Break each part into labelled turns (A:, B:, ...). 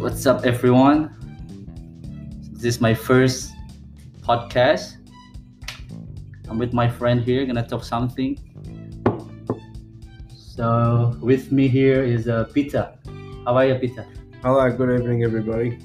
A: What's up, everyone? This is my first podcast. I'm with my friend here, gonna talk something. So, with me here is uh, Pita. How are you, Pita?
B: Hello, good evening, everybody.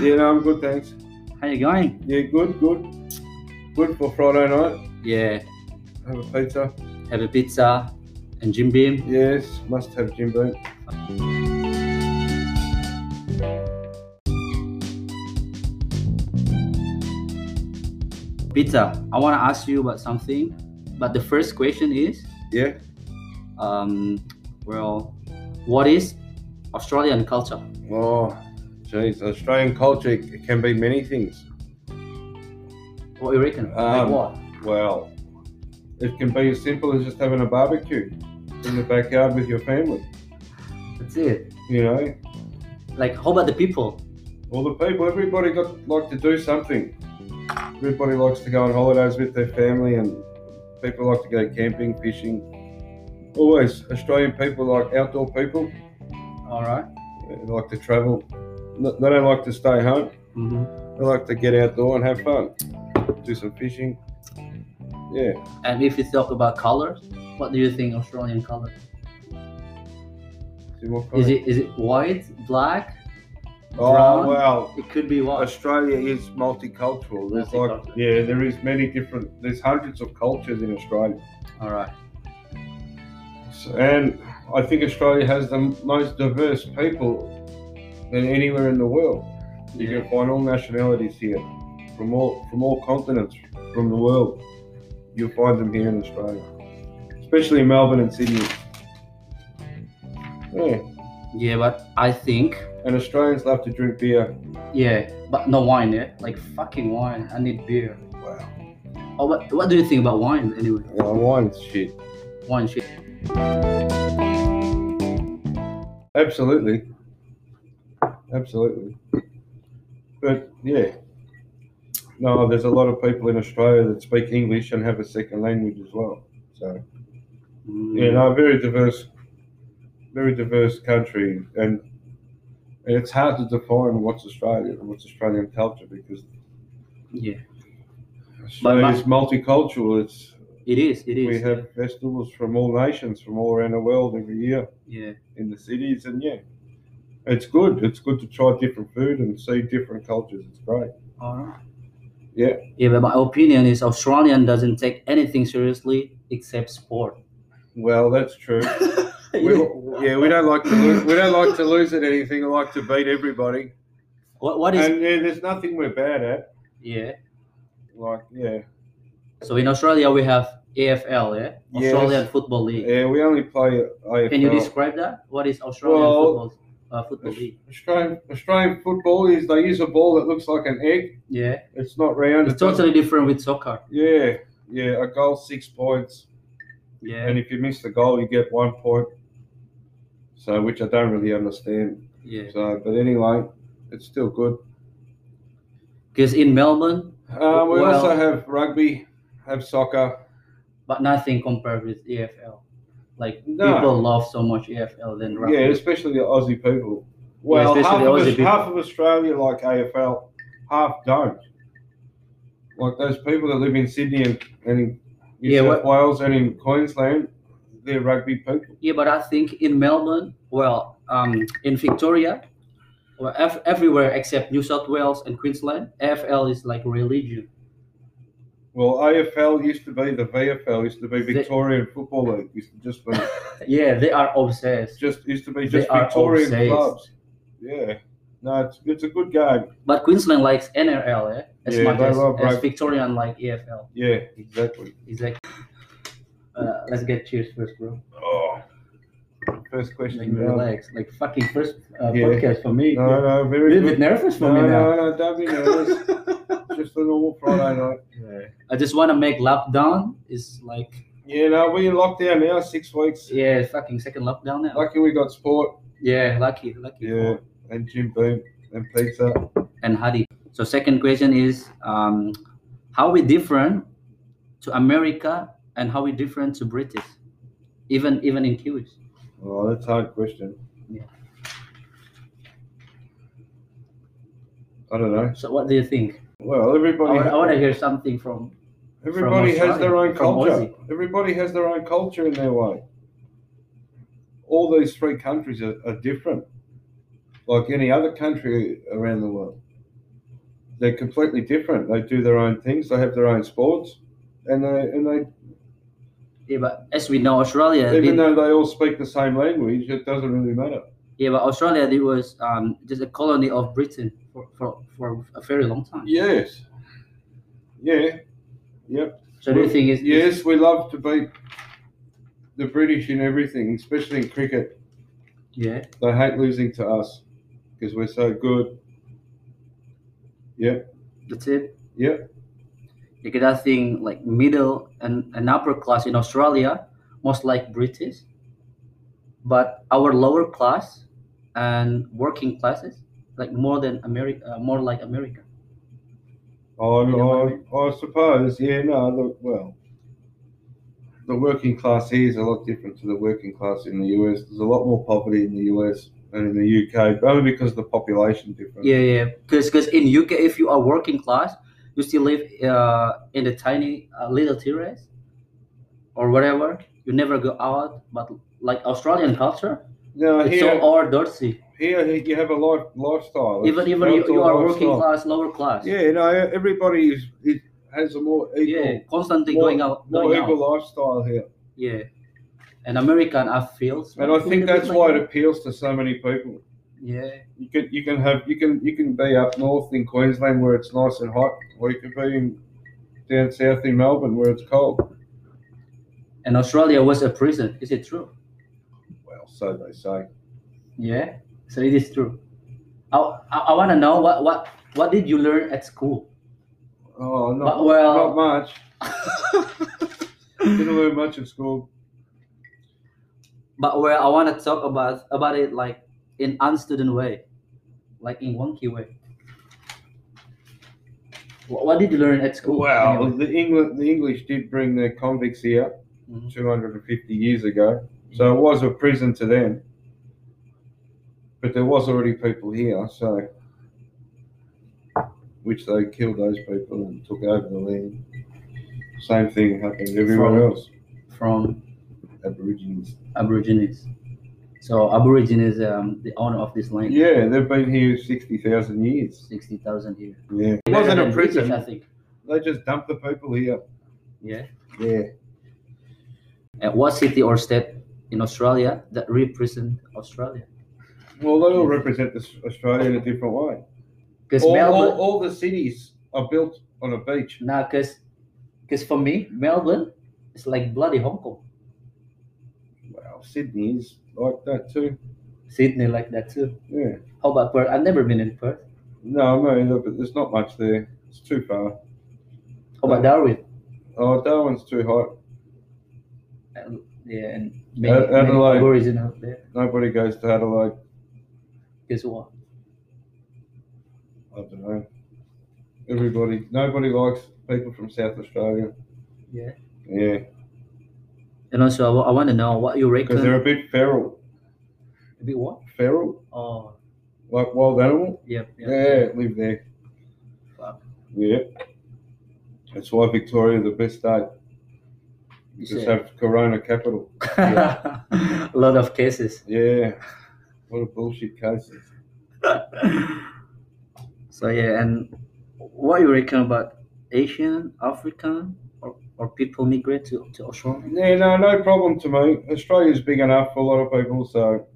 B: you know, I'm good, thanks.
A: How you going?
B: Yeah, good, good. Good for Friday night.
A: Yeah,
B: Have a pizza.
A: have a pizza and Jim Beam.
B: Yes, must have Jim Beam.
A: Pita, I wanna ask you about something, but the first question is,
B: Yeah.
A: um, well, what is Australian culture?
B: Oh, jeez. Australian culture it can be many things.
A: What do you reckon? like
B: Um,
A: what?
B: Well, it can be as simple as just having a barbecue in the backyard with your family.
A: That's it.
B: You know,
A: Like, how about the people?
B: all the people, everybody got like to do something. Everybody likes to go on holidays with their family, and people like to go camping, fishing. Always Australian people like outdoor people.
A: All right.
B: They like to travel. No- They don't like to stay home.
A: Mm-hmm.
B: They like to get outdoor and have fun. Do some fishing. Yeah.
A: And if you talk about colors, what do you think Australian color?
B: See what
A: Is
B: kind
A: it is it white, black?
B: of- Oh
A: brown?
B: well,
A: It could be white.
B: Australia is multicultural. There's like
A: Multicultural.
B: yeah, there is many different. There's hundreds of cultures in Australia,
A: All right.
B: so, and I think Australia has the most diverse people than anywhere in the world. You
A: Yeah.
B: can find all nationalities here, from all from all continents, from the world. You'll find them here in Australia, especially in Melbourne and Sydney. Yeah,
A: Yeah, but I think
B: and Australians love to drink beer.
A: yeah, but no wine. Yeah, like fucking wine. I need beer.
B: Wow,
A: Oh, what what do you think about wine anyway?
B: yeah, wine's shit.
A: Wine shit.
B: Absolutely, absolutely. But yeah, no, there's a lot of people in Australia that speak English and have a second language as well. So.
A: Mm.
B: Yeah, no, very diverse, very diverse country, and and it's hard to define what's Australian and what's Australian culture because
A: Yeah.
B: Australia's multicultural. It's
A: It is. It
B: we
A: is.
B: have festivals from all nations, from all around the world every year
A: yeah.
B: in the cities, and yeah, it's good. It's good to try different food and see different cultures. It's great.
A: All right.
B: Yeah.
A: Yeah, but my opinion is Australian doesn't take anything seriously except sport.
B: Well, that's true. We, yeah, we don't like to lose, we don't like to lose at anything. I like to beat everybody,
A: What what is
B: and yeah, there's nothing we're bad at.
A: yeah?
B: Like yeah.
A: So in Australia we have AFL, yeah,
B: Yes.
A: Australian Football League.
B: Yeah, we only play AFL.
A: Can you describe that? What is Australian
B: Well,
A: football uh, football league?
B: Australian, Australian football is they use a ball that looks like an egg.
A: Yeah,
B: It's not round.
A: it's
B: it doesn't-
A: totally different with soccer.
B: Yeah, yeah. A goal, six points,
A: Yeah,
B: and if you miss the goal, you get one point. So, which I don't really understand.
A: yeah.
B: So, uh, but anyway, it's still good.
A: Because in Melbourne,
B: Um, we
A: Well-
B: also have rugby, have soccer.
A: but nothing compared with AFL. Like
B: No.
A: people love so much AFL than rugby.
B: Yeah, especially the Aussie people. Well,
A: especially
B: half,
A: the
B: of
A: Aussie
B: Aus-
A: people.
B: half of Australia like AFL, half don't. Like those people that live in Sydney and, and in New
A: Yeah,
B: South Wales and in Queensland, they're rugby people.
A: Yeah, but I think in Melbourne, well, um, in Victoria, or ev- everywhere except New South Wales and Queensland, AFL is like religion.
B: Well, AFL used to be the VFL, used to be
A: They-
B: Victorian Football League, used to just be
A: Yeah, they are obsessed.
B: just used to be
A: They
B: just
A: are
B: Victorian
A: obsessed.
B: clubs. Yeah, no, it's, it's a good game.
A: But Queensland likes NRL eh? as
B: Yeah,
A: much
B: they
A: as,
B: love
A: as
B: rugby.
A: Victorian like E AFL.
B: Yeah, exactly.
A: He's like, uh, let's get cheers first, bro.
B: Oh, first
A: Like,
B: question. now.
A: relax. Like, fucking first uh,
B: Yeah.
A: podcast for me.
B: No, no,
A: a
B: very
A: little bit
B: good.
A: nervous for
B: No,
A: me now.
B: no, no, don't be nervous. just a normal Friday night. Yeah.
A: I just want to make lockdown. Is like,
B: Yeah, no, we're in lockdown now, six weeks.
A: yeah, fucking second lockdown now.
B: Lucky we got sport.
A: yeah, lucky, lucky.
B: Yeah, and Jim Boom and pizza.
A: and Hadi. So second question is um, how we different to America and how we different to British, even even in Kiwis.
B: Oh, that's a hard question.
A: Yeah.
B: I don't know.
A: So what do you think?
B: Well,
A: I
B: everybody
A: want, I want to hear something from.
B: everybody has their own
A: Australia, from
B: culture. Everybody has their own culture in their way. All these three countries are, are different, like any other country around the world. They're completely different. They do their own things. They have their own sports, and they and they
A: Yeah, but as we know, Australia.
B: even
A: did-
B: though they all speak the same language, it doesn't really matter.
A: yeah, but Australia it was um, just a colony of Britain for, for, for a very long time.
B: Yes. Yeah.
A: So do you think it's
B: Yes, we love to beat the British in everything, especially in cricket.
A: yeah.
B: They hate losing to us because we're so good.
A: That's it.
B: Yeah.
A: Because I think like middle and, and upper class in Australia, most like British, but our lower class and working classes like more than America, uh, more like America.
B: I,
A: You know what I
B: I, I suppose, yeah, no, look, well, the working class here is a lot different to the working class in the US. There's a lot more poverty in the US than in the UK, only because of the population difference.
A: Yeah, yeah. Because because in UK, if you are working class, you still live uh, in the tiny uh, little terrace or whatever. You never go out. But like Australian culture,
B: Now,
A: it's
B: here,
A: so all dirty.
B: here you have a life, lifestyle. It's
A: Even even you,
B: outdoor
A: you are working
B: lifestyle.
A: class, lower class.
B: Yeah, no, everybody is, it has a more equal,
A: yeah, constantly
B: more-
A: going out,
B: more
A: going out.
B: equal lifestyle here,
A: Yeah, and American I feel.
B: and I think that's why it appeals to so many people.
A: Yeah,
B: You can you can have you can you can be up north in Queensland where it's nice and hot, or you could be in, down south in Melbourne where it's cold.
A: and Australia was a prison. Is it true?
B: Well, so they say.
A: Yeah, so it is true. I I, I want to know what what what did you learn at school?
B: Oh, not
A: But, well-
B: not much. Didn't learn much at school.
A: But where I want to talk about about it like in unstudent way, like in wonky way. What, what did you learn at school?
B: Well,
A: anyway?
B: the England the English did bring their convicts here Mm-hmm.
A: Mhm.
B: 250 years ago. So it was a prison to them. But there was already people here, so which they killed those people and took over the land. Same thing happened everywhere
A: From-
B: else.
A: from
B: Aborigines.
A: Aborigines. So Aborigines, um, the owner of this land,
B: Yeah, they've been here sixty thousand years.
A: sixty thousand here.
B: Yeah, it
A: Better
B: wasn't a
A: than British,
B: prison.
A: I think.
B: They just dumped the people here.
A: Yeah.
B: Yeah.
A: And what city or state in Australia that represent Australia?
B: Well, they all represent this- Australia in a different way.
A: Because
B: All, all,
A: Melbourne,
B: all the cities are built on a beach.
A: nah, because for me, Melbourne is like bloody Hong Kong,
B: Well, Sydney's like that too.
A: Sydney like that too.
B: Yeah.
A: How about Perth? I've never been in Perth.
B: No, I'm not either, but there's not much there. It's too far.
A: How about Darwin?
B: Oh, Darwin's too hot.
A: And- Yeah, and many,
B: Ad- Adelaide.
A: many Aborigines out there.
B: Nobody goes to Adelaide.
A: Guess what?
B: I don't know. Everybody, nobody likes people from South Australia.
A: Yeah.
B: Yeah,
A: And also, I, want to know what you
B: because
A: reckon.
B: they're a bit feral.
A: A bit what?
B: Feral,
A: Oh,
B: like wild animal.
A: yep, yep.
B: Yeah, live there.
A: Fuck.
B: Yeah. That's why Victoria the best state.
A: You
B: Just
A: see.
B: have Corona capital.
A: a lot of cases.
B: Yeah. What a bullshit cases.
A: so yeah, and what you reckon about Asian, African, or, or people migrate to, to Australia?
B: Yeah, no, no problem to me. Australia's big enough for a lot of people, so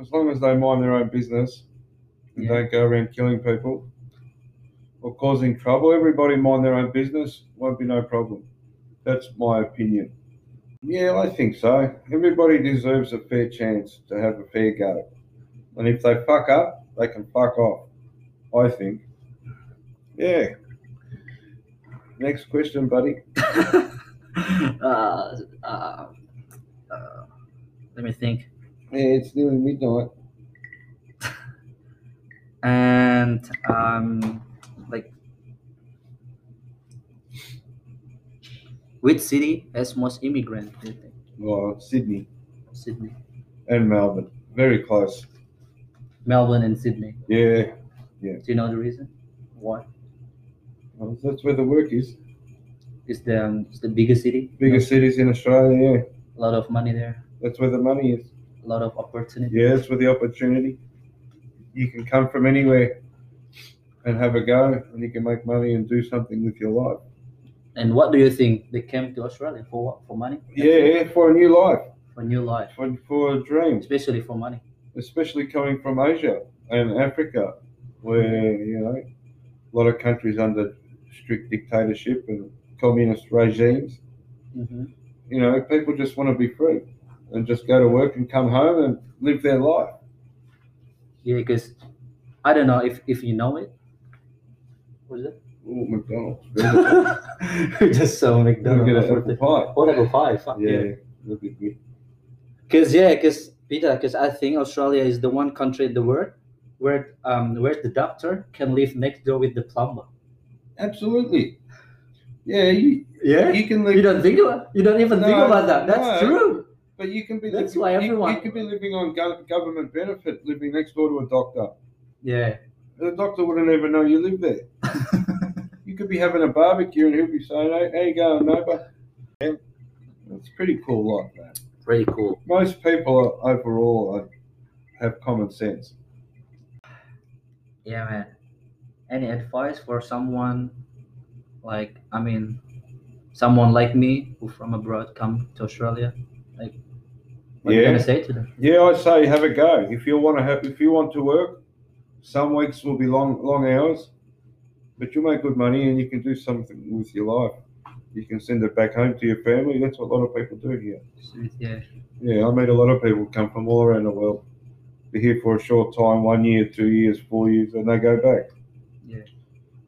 B: as long as they mind their own business and
A: Yeah.
B: don't go around killing people or causing trouble, everybody mind their own business, won't be no problem. That's my opinion. Yeah, I think so. Everybody deserves a fair chance to have a fair go. And if they fuck up, they can fuck off, I think. Yeah. Next question, buddy.
A: uh, uh, uh, let me think.
B: Yeah, it's nearly midnight.
A: And um, like, which city has most immigrants? do you think?
B: Well, Sydney
A: Sydney,
B: and Melbourne. Very close.
A: Melbourne, and Sydney.
B: Yeah. Yeah.
A: Do you know the reason? Why?
B: Well, That's where the work is.
A: It's the um, it's the biggest city.
B: Biggest cities in Australia, yeah.
A: A lot of money there.
B: That's where the money is.
A: A lot of opportunity.
B: Yeah, that's where the opportunity. You can come from anywhere and have a go, and you can make money and do something with your life.
A: And what do you think? They came to Australia for what? For money?
B: Yeah, yeah, for a new life,
A: For new life,
B: for, for a dream,
A: especially for money.
B: especially coming from Asia and Africa, where, you know, a lot of countries under strict dictatorship and communist regimes.
A: hmm
B: You know, people just want to be free and just go to work and come home and live their life.
A: Yeah, because I don't know if if you know it. What is it?
B: Oh, McDonald's.
A: Just so
B: Don't get
A: McDonald's.
B: an apple pie.
A: Whatever five. fuck
B: Yeah, that'd be good.
A: Cause yeah, cause Peter, cause I think Australia is the one country in the world where um where the doctor can live next door with the plumber.
B: Absolutely. Yeah, you,
A: Yeah.
B: you can
A: You
B: live,
A: don't think about, you don't even think
B: No,
A: about that. That's
B: no.
A: true.
B: but you can be.
A: That's
B: living,
A: why
B: you- You,
A: everyone-
B: could be living on go- government benefit, living next door to a doctor.
A: Yeah.
B: The doctor wouldn't even know you live there. you could be having a barbecue, and he'll be saying, "Hey, how you going, neighbour?" Yeah. It's pretty cool, like that.
A: Pretty cool.
B: Most people are, overall are, have common sense.
A: Yeah, man. Any advice for someone like I mean someone like me who from abroad come to Australia? Like what are you
B: Yeah.
A: gonna say to them?
B: Yeah, I say have a go. If you want to have, if you want to work, some weeks will be long, long hours, but you'll make good money and you can do something with your life. You can send it back home to your family. That's what a lot of people do here.
A: Yeah.
B: Yeah, I meet a lot of people come from all around the world. They're here for a short time, one year, two years, four years, and they go back.
A: Yeah.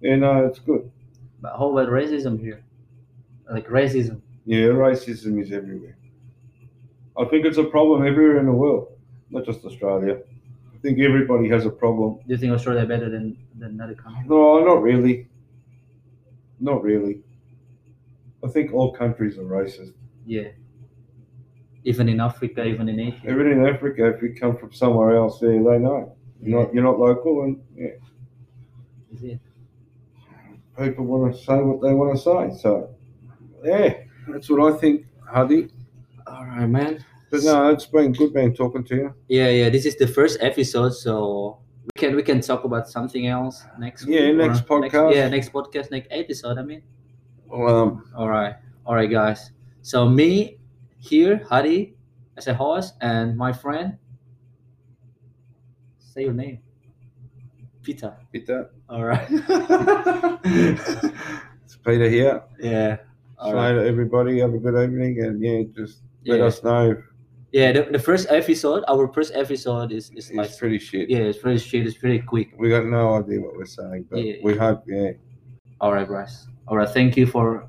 B: Yeah, no, it's good.
A: But how about racism here? Like racism.
B: Yeah, racism is everywhere. I think it's a problem everywhere in the world, not just Australia. I think everybody has a problem.
A: Do you think Australia better than than another country?
B: No, not really. Not really. I think all countries are racist.
A: Yeah. Even in Africa, even in Asia.
B: Even in Africa, if you come from somewhere else, there they know you're not you're not local, and yeah,
A: Is it?
B: people want to say what they want to say. So, yeah, that's what I think, Hadi.
A: All right, man.
B: But no, it's been good, man, talking to you.
A: Yeah, yeah. This is the first episode, so we can we can talk about something else next.
B: Yeah,
A: week or
B: next podcast.
A: yeah, next podcast, next episode. I mean.
B: Um,
A: All right, all right, guys. So me here, Hadi, as a host, and my friend. Say your name. Peter.
B: hit that.
A: All right.
B: It's Peter here.
A: yeah. All
B: So
A: right.
B: everybody, have a good evening, and yeah, just let
A: Yeah.
B: us know.
A: Yeah, the, the first episode, our first episode is, is like,
B: It's pretty shit.
A: yeah, it's pretty shit, it's pretty quick.
B: We got no idea what we're saying, but
A: Yeah.
B: we hope. Yeah.
A: All right, Bryce. All right, thank you for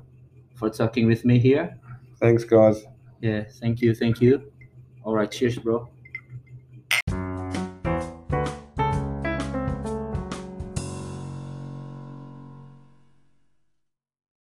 A: for talking with me here.
B: Thanks, guys.
A: Yeah, thank you, thank you. All right, cheers, bro.